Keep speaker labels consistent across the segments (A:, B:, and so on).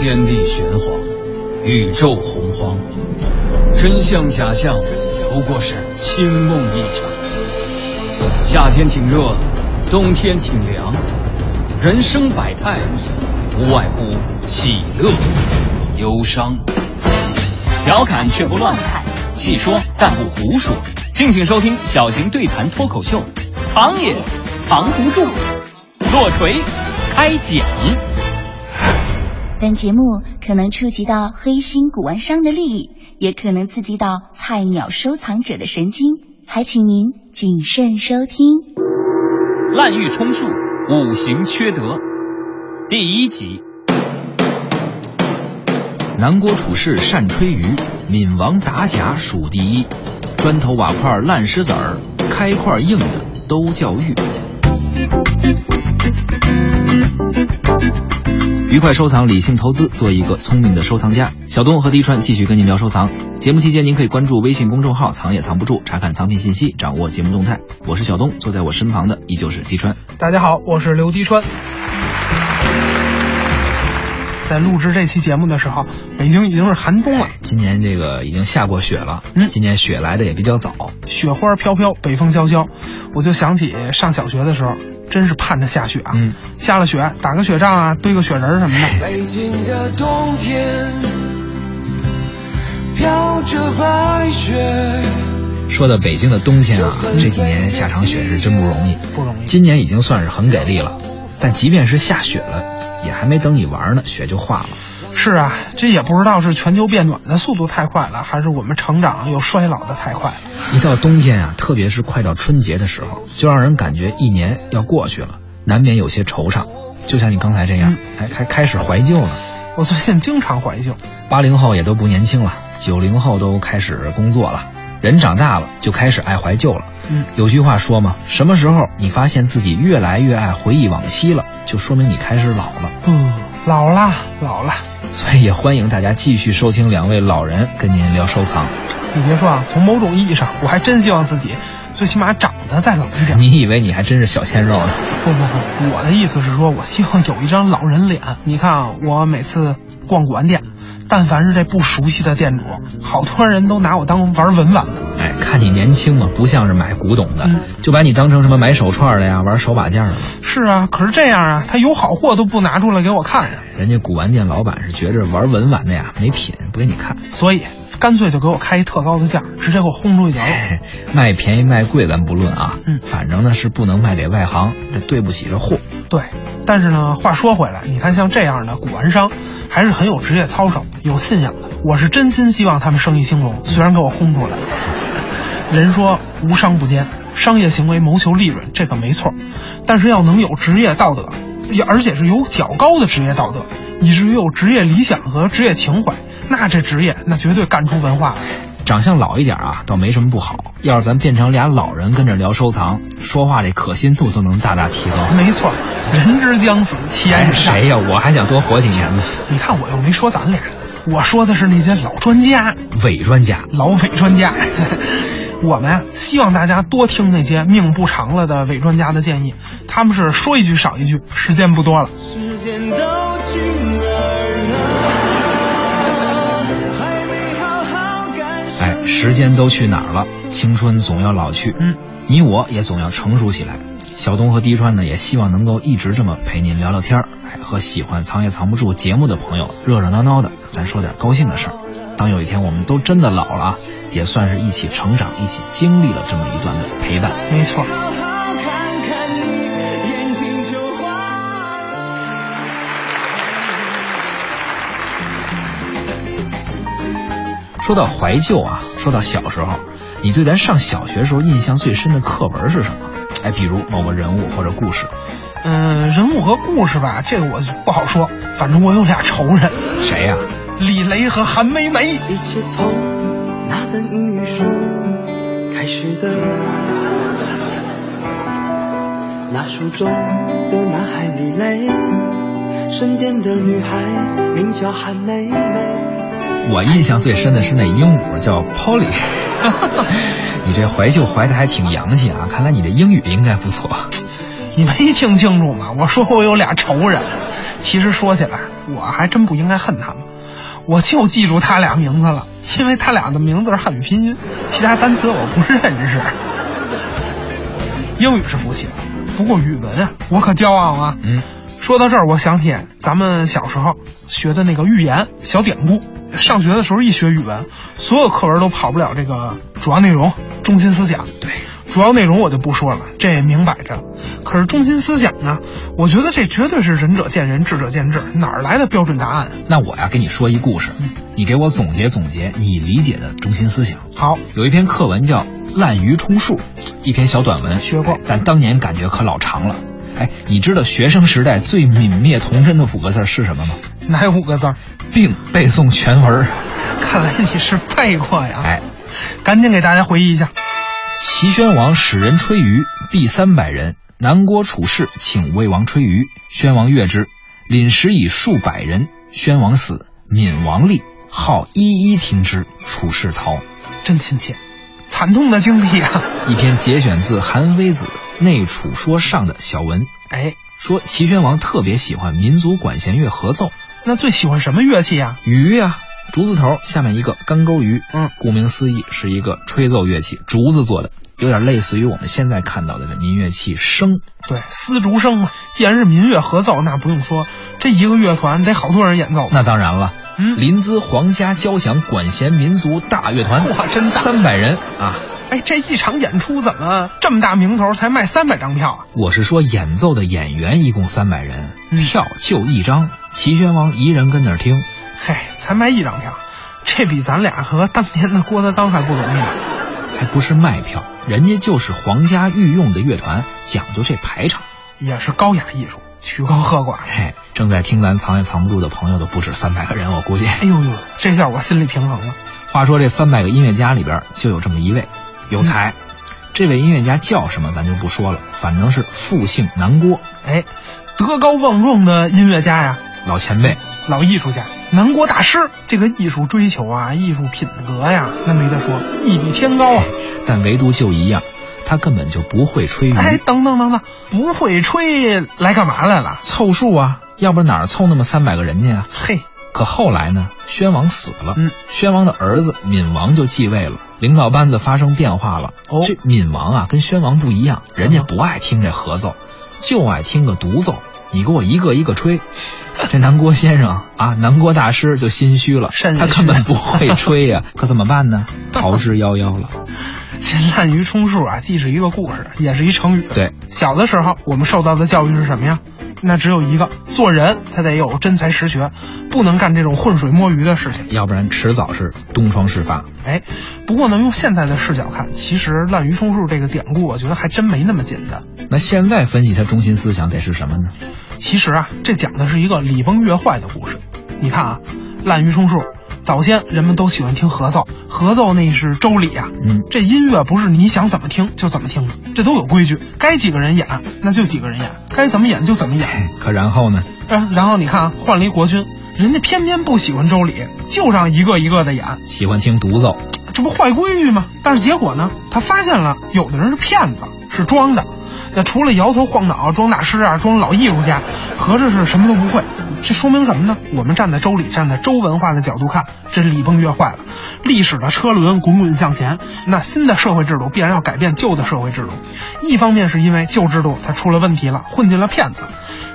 A: 天地玄黄，宇宙洪荒，真相假象不过是清梦一场。夏天挺热，冬天挺凉，人生百态，无外乎喜乐、忧伤。
B: 调侃却不乱侃，戏说但不胡说。敬请收听小型对谈脱口秀，藏也藏不住，落锤开讲。
C: 本节目可能触及到黑心古玩商的利益，也可能刺激到菜鸟收藏者的神经，还请您谨慎收听。
B: 滥竽充数，五行缺德。第一集。
D: 南郭处士善吹竽，闽王打假数第一。砖头瓦块烂石子儿，开块硬的都叫玉。愉快收藏，理性投资，做一个聪明的收藏家。小东和滴川继续跟您聊收藏。节目期间，您可以关注微信公众号“藏也藏不住”，查看藏品信息，掌握节目动态。我是小东，坐在我身旁的依旧是滴川。
E: 大家好，我是刘滴川。在录制这期节目的时候，北京已经是寒冬了，
D: 今年这个已经下过雪了，
E: 嗯
D: 今年雪来的也比较早。
E: 雪花飘飘，北风萧萧。我就想起上小学的时候，真是盼着下雪啊！
D: 嗯
E: 下了雪，打个雪仗啊，堆个雪人儿什么的。
F: 北京的冬天，飘着白雪。
D: 说到北京的冬天啊，这几年下场雪是真不容易，
E: 不容易
D: 今年已经算是很给力了，但即便是下雪了，也还没等你玩呢，雪就化了。
E: 是啊，这也不知道是全球变暖的速度太快了，还是我们成长又衰老的太快了。
D: 一到冬天啊，特别是快到春节的时候，就让人感觉一年要过去了，难免有些惆怅。就像你刚才这
E: 嗯
D: 样，还还开始怀旧了。
E: 我最近经常怀旧，
D: 八零后也都不年轻了，九零后都开始工作了，人长大了就开始爱怀旧了。
E: 嗯，
D: 有句话说嘛，什么时候你发现自己越来越爱回忆往期了，就说明你开始老了。
E: 嗯，老了老了。
D: 所以也欢迎大家继续收听两位老人跟您聊收藏。
E: 你别说啊，从某种意义上，我还真希望自己最起码长得再老一点。
D: 你以为你还真是小鲜肉呢？
E: 不不不，我的意思是说，我希望有一张老人脸。你看啊，我每次逛古玩店，但凡是这不熟悉的店主，好多人都拿我当玩文玩的。
D: 哎，看你年轻嘛，不像是买古董的，
E: 嗯
D: 就把你当成什么买手串的呀，玩手把件的了。
E: 是啊，可是这样啊，他有好货都不拿出来给我看呀，
D: 哎人家古玩店老板是觉着玩文玩的呀没品，不给你看。
E: 所以干脆就给我开一特高的价，直接给我轰出去得了。
D: 哎卖便宜卖贵咱不论啊，
E: 嗯
D: 反正呢是不能卖给外行，这对不起这货。
E: 对，但是呢，话说回来，你看像这样的古玩商，还是很有职业操守、有信仰的。我是真心希望他们生意兴隆，虽然给我轰出来。人说无商不奸，商业行为谋求利润，这个没错，但是要能有职业道德，也而且是有较高的职业道德，以至于有职业理想和职业情怀，那这职业那绝对干出文化来。
D: 长相老一点啊，倒没什么不好。要是咱变成俩老人跟着聊收藏，说话这可信度都能大大提高。
E: 没错，人之将死，其言
D: 哎，
E: 也善。
D: 谁呀、我还想多活几年呢。
E: 你看我又没说咱俩，我说的是那些老专家。
D: 伪专家，
E: 老伪专家。我们啊，希望大家多听那些命不长了的伪专家的建议，他们是说一句少一句，时间不多了。
F: 时间都去哪儿了？还没好好感受。
D: 哎，时间都去哪儿了？青春总要老去，
E: 嗯，
D: 你我也总要成熟起来。小东和滴川呢，也希望能够一直这么陪您聊聊天儿，哎，和喜欢藏也藏不住节目的朋友热热闹闹的，咱说点高兴的事儿。当有一天我们都真的老了啊，也算是一起成长，一起经历了这么一段的陪伴。
E: 没错，
F: 好好看看你，眼睛就花了。
D: 说到怀旧啊，说到小时候，你对咱上小学时候印象最深的课文是什么？哎，比如某个人物或者故事。
E: 嗯、人物和故事吧，这个我就不好说。反正我有俩仇人，
D: 谁呀、
E: 李雷和韩梅梅。
F: 一切从那本英语书开始的，那书中的男孩李雷，身边的女孩名叫韩梅梅。
D: 我印象最深的是那鹦鹉叫 Polly，你这怀旧怀的还挺洋气啊！看来你这英语应该不错。
E: 你没听清楚吗？我说我有俩仇人，其实说起来，我还真不应该恨他们，我就记住他俩名字了，因为他俩的名字是汉语拼音，其他单词我不认识。英语是服气了，不过语文啊，我可骄傲啊。
D: 嗯，
E: 说到这儿，我想起咱们小时候学的那个寓言、小典故。上学的时候一学语文，所有课文都跑不了这个主要内容、中心思想。对，主要内容我就不说了，这也明摆着。可是中心思想呢？我觉得这绝对是仁者见仁，智者见智，哪儿来的标准答案啊？
D: 那我呀跟你说一故事，你给我总结总结你理解的中心思想。
E: 好，
D: 有一篇课文叫《滥竽充数》，一篇小短文，
E: 学过
D: 哎但当年感觉可老长了。哎，你知道学生时代最泯灭童真的五个字是什么吗？
E: 哪有五个字儿？
D: 并背诵全文。
E: 看来你是背过呀。
D: 哎，
E: 赶紧给大家回忆一下。
D: 齐宣王使人吹竽，必三百人。南郭楚士请魏王吹竽，宣王悦之。廪实以数百人，宣王死，闵王立，号一一听之，楚士逃。
E: 真亲切，惨痛的经历啊！
D: 一篇节选自《韩非子·内楚说上》的小文，
E: 哎，
D: 说齐宣王特别喜欢民族管弦乐合奏，
E: 那最喜欢什么乐器呀、
D: 鱼呀、竹字头下面一个干钩鱼，
E: 嗯，
D: 顾名思义是一个吹奏乐器，竹子做的，有点类似于我们现在看到的这民乐器笙。
E: 对，丝竹声嘛。既然是民乐合奏，那不用说，这一个乐团得好多人演奏。
D: 那当然了，
E: 嗯
D: 临淄皇家交响管弦民族大乐团，
E: 哇真大
D: 三百人啊！
E: 哎，这一场演出怎么这么大名头，才卖三百张票啊？
D: 我是说演奏的演员一共三百人，
E: 嗯
D: 票就一张，齐宣王一人跟那儿听。
E: 嘿，才卖一张票，这比咱俩和当年的郭德纲还不容易呢。
D: 还不是卖票，人家就是皇家御用的乐团，讲究这排场。
E: 也是高雅艺术，曲高和寡。
D: 嘿，正在听咱藏也藏不住的朋友都不止三百个人，我估计。
E: 哎呦呦，这下我心里平衡了。
D: 话说这三百个音乐家里边就有这么一位有
E: 嗯
D: 才，这位音乐家叫什么咱就不说了，反正是复姓南郭，
E: 哎，德高望重的音乐家呀，
D: 老前辈。
E: 老艺术家，南国大师，这个艺术追求啊，艺术品格呀，那没得说，一比天高啊！
D: 但唯独就一样，他根本就不会吹
E: 哎，
D: 竽、
E: 等等等等，不会吹来干嘛来了？
D: 凑数啊，要不然哪儿凑那么三百个人去啊？
E: 嘿，
D: 可后来呢，宣王死了，
E: 嗯，
D: 宣王的儿子闵王就继位了，领导班子发生变化了。
E: 哦
D: 这闵王啊，跟宣王不一样，人家不爱听这合奏，就爱听个独奏。你给我一个一个吹，这南郭先生啊，南郭大师就心虚了
E: 肾，虚
D: 他根本不会吹呀、可怎么办 呢？逃之夭夭了。
E: 这滥竽充数啊，既是一个故事，也是一成语。
D: 对，
E: 小的时候我们受到的教育是什么呀？那只有一个，做人他得有真才实学，不能干这种浑水摸鱼的事情。
D: 要不然迟早是东窗事发。
E: 哎，不过呢，用现在的视角看，其实滥竽充数这个典故，我觉得还真没那么简单。
D: 那现在分析他中心思想得是什么呢？
E: 其实啊，这讲的是一个礼崩乐坏的故事。你看啊，滥竽充数，早先人们都喜欢听合奏，合奏那是周礼啊。
D: 嗯，
E: 这音乐不是你想怎么听就怎么听的，这都有规矩，该几个人演啊那就几个人演，该怎么演就怎么演。
D: 可然后呢？
E: 啊，然后你看啊，换了一国君，人家偏偏不喜欢周礼，就让一个一个的演，
D: 喜欢听独奏，
E: 这不坏规矩吗？但是结果呢，他发现了有的人是骗子，是装的。那除了摇头晃脑、装大师啊、装老艺术家，合着是什么都不会。这说明什么呢？我们站在周礼、站在周文化的角度看，这礼崩乐坏了，历史的车轮滚滚向前。那新的社会制度必然要改变旧的社会制度，一方面是因为旧制度它出了问题了，混进了骗子；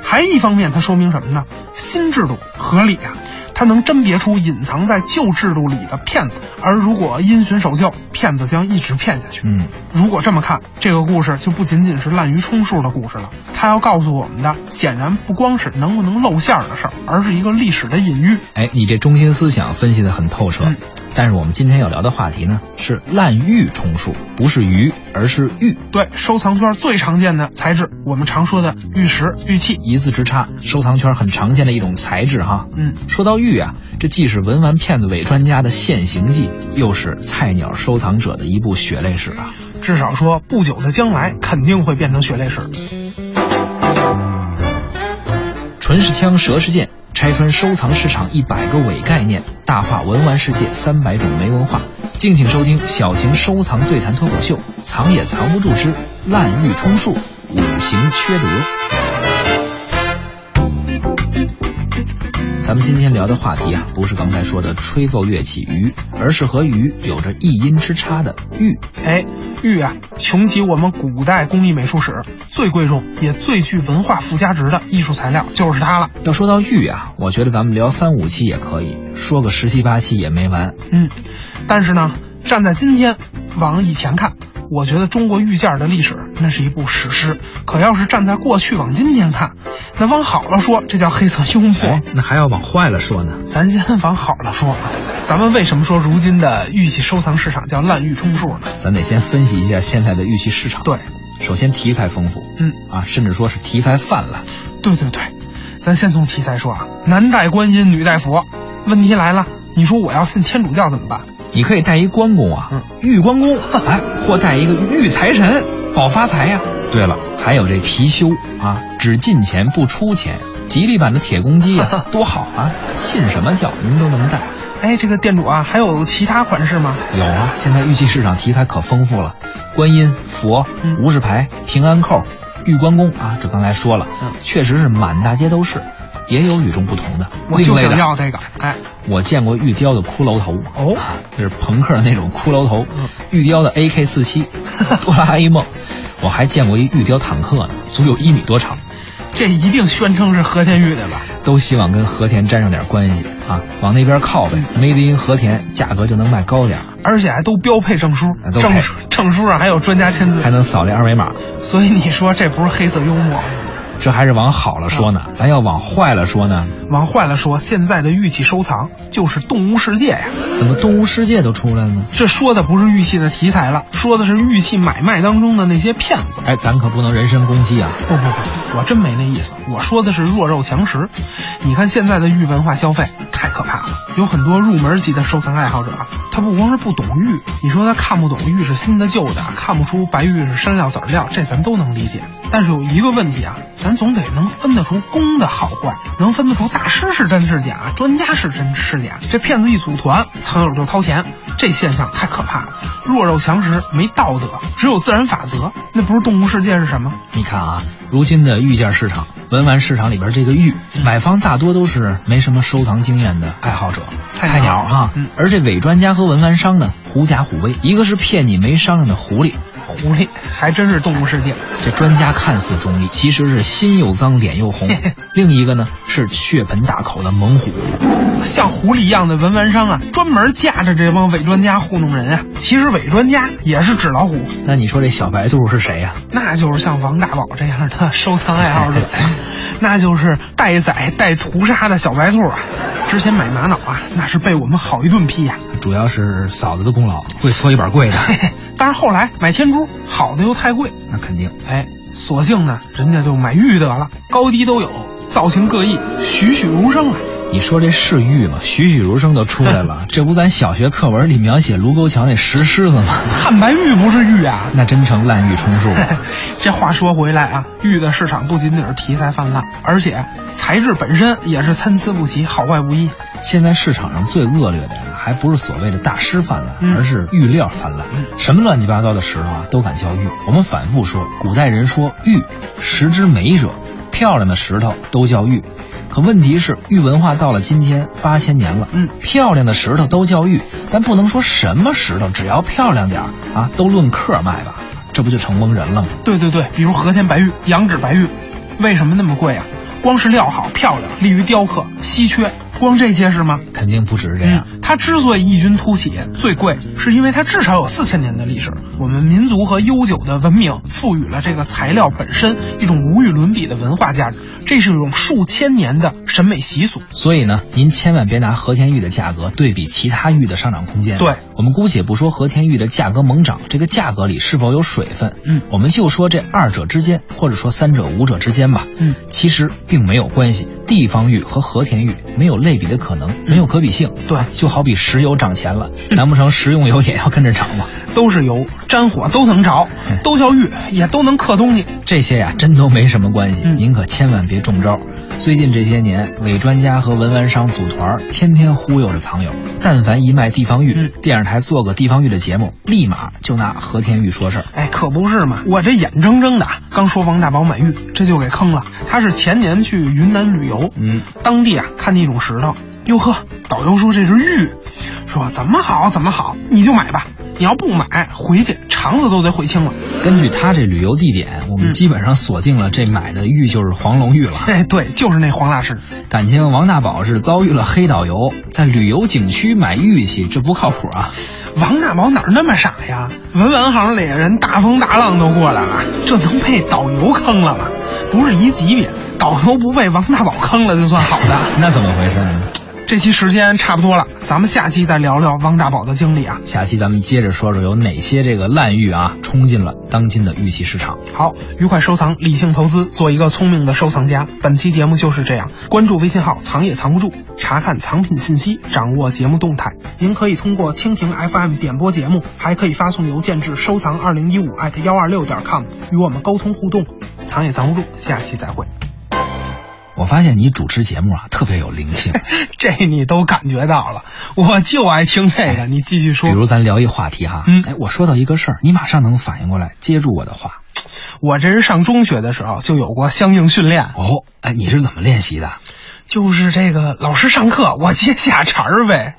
E: 还一方面，它说明什么呢？新制度合理啊，它能甄别出隐藏在旧制度里的骗子，而如果因循守旧，骗子将一直骗下去。
D: 嗯，
E: 如果这么看，这个故事就不仅仅是滥竽充数的故事了，它要告诉我们的，显然不光是能不能露馅儿的事儿，而是一个历史的隐喻。
D: 哎，你这中心思想分析的很透彻，
E: 嗯
D: 但是我们今天要聊的话题呢是滥竽充数，不是鱼，而是玉，
E: 对，收藏圈最常见的材质，我们常说的玉石、玉器。
D: 一字之差，收藏圈很常见的一种材质哈。
E: 嗯，
D: 说到玉啊，这既是文玩骗子伪专家的现形记，又是菜鸟收藏者的一部血泪史啊。
E: 至少说不久的将来肯定会变成血泪史。
D: 唇是枪，舌是剑，拆穿收藏市场一百个伪概念，大话文玩世界三百种没文化。敬请收听小型收藏对谈脱口秀《藏也藏不住之滥竽充数，五行缺德》。咱们今天聊的话题啊，不是刚才说的吹奏乐器鱼，而是和鱼有着一音之差的玉。
E: 哎，玉啊，穷极我们古代工艺美术史最贵重也最具文化附加值的艺术材料就是它了。
D: 要说到玉啊，我觉得咱们聊三五期也可以，说个十七八期也没完。
E: 嗯，但是呢，站在今天往以前看，我觉得中国玉件的历史那是一部史诗。可要是站在过去往今天看，那往好了说，这叫黑色幽默。
D: 哎，那还要往坏了说呢。
E: 咱先往好了说，咱们为什么说如今的玉器收藏市场叫滥竽充数呢？
D: 咱得先分析一下现在的玉器市场。
E: 对，
D: 首先题材丰富，
E: 嗯
D: 啊，甚至说是题材泛滥。
E: 对对对，咱先从题材说啊，男戴观音，女戴佛。问题来了，你说我要信天主教怎么办？
D: 你可以带一关公啊，
E: 嗯
D: 玉关公， 哎，或带一个玉财神，保发财呀、对了，还有这貔貅啊，只进钱不出钱，吉利版的铁公 鸡啊，多好啊！信什么教您都能带。
E: 哎，这个店主啊，还有其他款式吗？
D: 有啊，现在玉器市场题材可丰富了，观音、佛、
E: 嗯
D: 无事牌、平安扣、玉关公啊，这刚才说了
E: 嗯，
D: 确实是满大街都是，也有与众不同的，
E: 我
D: 另
E: 就
D: 类
E: 想
D: 的。
E: 要这个。哎，
D: 我见过玉雕的骷髅头啊
E: 哦，
D: 就是朋克那种骷髅头
E: 嗯，
D: 玉雕的 AK 四 七，哆啦 A 梦，我还见过一玉雕坦克呢，足有一米多长，
E: 这一定宣称是和田玉的吧？
D: 都希望跟和田沾上点关系啊，往那边靠呗，Made
E: 嗯
D: in 和田，价格就能卖高点儿，
E: 而且还都标配证书
D: 啊，都配
E: 证书证书上还有专家签字
D: 还，能扫这二维码。
E: 所以你说这不是黑色幽默吗？
D: 这还是往好了说
E: 嗯
D: 呢，咱要往坏了说呢，
E: 往坏了说，现在的玉器收藏就是动物世界呀。
D: 怎么动物世界都出来了呢？
E: 这说的不是玉器的题材了，说的是玉器买卖当中的那些骗子。
D: 哎，咱可不能人身攻击啊！
E: 不不不，我真没那意思，我说的是弱肉强食。你看现在的玉文化消费太可怕了，有很多入门级的收藏爱好者啊，他不光是不懂玉，你说他看不懂玉是新的旧的，看不出白玉是山料枣料，这咱都能理解。但是有一个问题啊，咱总得能分得出公的好坏，能分得出大师是真是假，专家是真是假。这骗子一组团，藏友就掏钱，这现象太可怕了。弱肉强食，没道德，只有自然法则，那不是动物世界是什么？
D: 你看啊，如今的玉件市场、文玩市场里边这个玉，
E: 嗯
D: 买方大多都是没什么收藏经验的爱好者、
E: 菜
D: 菜鸟
E: 鸟
D: 哈、
E: 嗯
D: 而这伪专家和文玩商呢，狐假虎威，一个是骗你没商量的狐狸，
E: 狐狸还真是动物世界。
D: 这专家看似中立，其实是心又脏脸 又红；另一个呢是血盆大口的猛虎。
E: 像狐狸一样的文玩商啊，专门架着这帮伪专家糊弄人啊。其实伪专家也是纸老虎，
D: 那你说这小白兔是谁呀、
E: 那就是像王大宝这样的收藏爱好者，那就是待宰待屠杀的小白兔啊。之前买玛瑙啊，那是被我们好一顿批呀、
D: 主要是嫂子的功劳，会搓衣板柜的，
E: 嘿嘿，但是后来买天珠，好的又太贵，
D: 那肯定。
E: 哎，索性呢，人家就买玉得了，高低都有，造型各异，栩栩如生啊。
D: 你说这是玉吗？栩栩如生都出来了，这不咱小学课文里描写卢沟桥那石狮子吗？
E: 汉白玉不是玉啊，
D: 那真成滥竽充数了。
E: 这话说回来啊，玉的市场不仅仅是题材泛滥，而且材质本身也是参差不齐，好坏不一。
D: 现在市场上最恶劣的呀，还不是所谓的大师泛滥，
E: 嗯
D: 而是玉料泛滥。什么乱七八糟的石头啊，都敢叫玉。我们反复说，古代人说玉，石之美者，漂亮的石头都叫玉。可问题是，玉文化到了今天八千年了，
E: 嗯
D: 漂亮的石头都叫玉，但不能说什么石头只要漂亮点儿啊，都论克卖吧，这不就成蒙人了吗？
E: 对对对，比如和田白玉、羊脂白玉，为什么那么贵啊？光是料好、漂亮，利于雕刻，稀缺，光这些是吗？
D: 肯定不止这样。
E: 嗯它之所以异军突起、最贵，是因为它至少有四千年的历史。我们民族和悠久的文明赋予了这个材料本身一种无与伦比的文化价值，这是一种数千年的审美习俗。
D: 所以呢，您千万别拿和田玉的价格对比其他玉的上涨空间。
E: 对，
D: 我们姑且不说和田玉的价格猛涨，这个价格里是否有水分，
E: 嗯
D: 我们就说这二者之间，或者说三者、五者之间吧，
E: 嗯，
D: 其实并没有关系。地方玉和和田玉没有类比的可能，没有可比性。
E: 对
D: 就好比石油涨钱了，难不成食用油也要跟着涨吗？
E: 都是油，沾火都能着，都叫玉，也都能刻东西。
D: 这些呀、真都没什么关系，
E: 嗯
D: 您可千万别中招。最近这些年，伪专家和文玩商组团儿，天天忽悠着藏友。但凡一卖地方玉，
E: 嗯
D: 电视台做个地方玉的节目，立马就拿和田玉说事儿。
E: 哎，可不是嘛！我这眼睁睁的刚说王大宝买玉，这就给坑了。他是前年去云南旅游，
D: 嗯，
E: 当地啊看见一种石头，哟呵，导游说这是玉，说怎么好怎么好，你就买吧。你要不买，回去肠子都得悔青了。
D: 根据他这旅游地点，我们
E: 嗯
D: 基本上锁定了这买的玉就是黄龙 玉了。
E: 哎，对，就是那黄大师。
D: 感情王大宝是遭遇了黑导游，在旅游景区买玉器，这不靠谱啊！
E: 王大宝哪儿那么傻呀？文玩行里人大风大浪都过来了，这能被导游坑了吗？不是一级别，导游不被王大宝坑了就算好的。
D: 那怎么回事呢？
E: 这期时间差不多了，咱们下期再聊聊汪大宝的经历啊。
D: 下期咱们接着说说有哪些这个烂玉啊，冲进了当今的玉器市场。
E: 好，愉快收藏，理性投资，做一个聪明的收藏家。本期节目就是这样，关注微信号“藏也藏不住”，查看藏品信息，掌握节目动态。您可以通过蜻蜓 FM 点播节目，还可以发送邮件至收藏二零一五艾特幺二六点 com 与我们沟通互动。藏也藏不住，下期再会。
D: 我发现你主持节目啊，特别有灵 性。
E: 这你都感觉到了，我就爱听这个。你继续说
D: 比，如咱聊一话题哈，
E: 嗯
D: 哎，我说到一个事儿，你马上能反应过来，接住我的话。
E: 我这是上中学的时候就有过相应训练。
D: 哦，哎，你是怎么练习的？
E: 就是这个老师上课，我接下茬儿呗。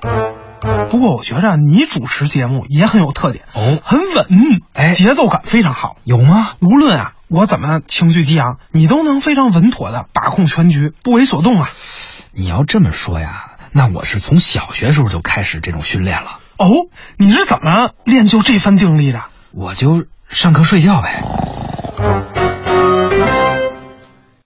E: 不过我觉着你主持节目也很有特点，
D: 哦，
E: 很稳，
D: 哎
E: 节奏感非常好。
D: 有吗？
E: 无论啊我怎么情绪激昂，你都能非常稳妥的把控全局，不为所动啊。
D: 你要这么说呀，那我是从小学时候就开始这种训练了，
E: 哦，你是怎么练就这番定力的？
D: 我就上课睡觉呗。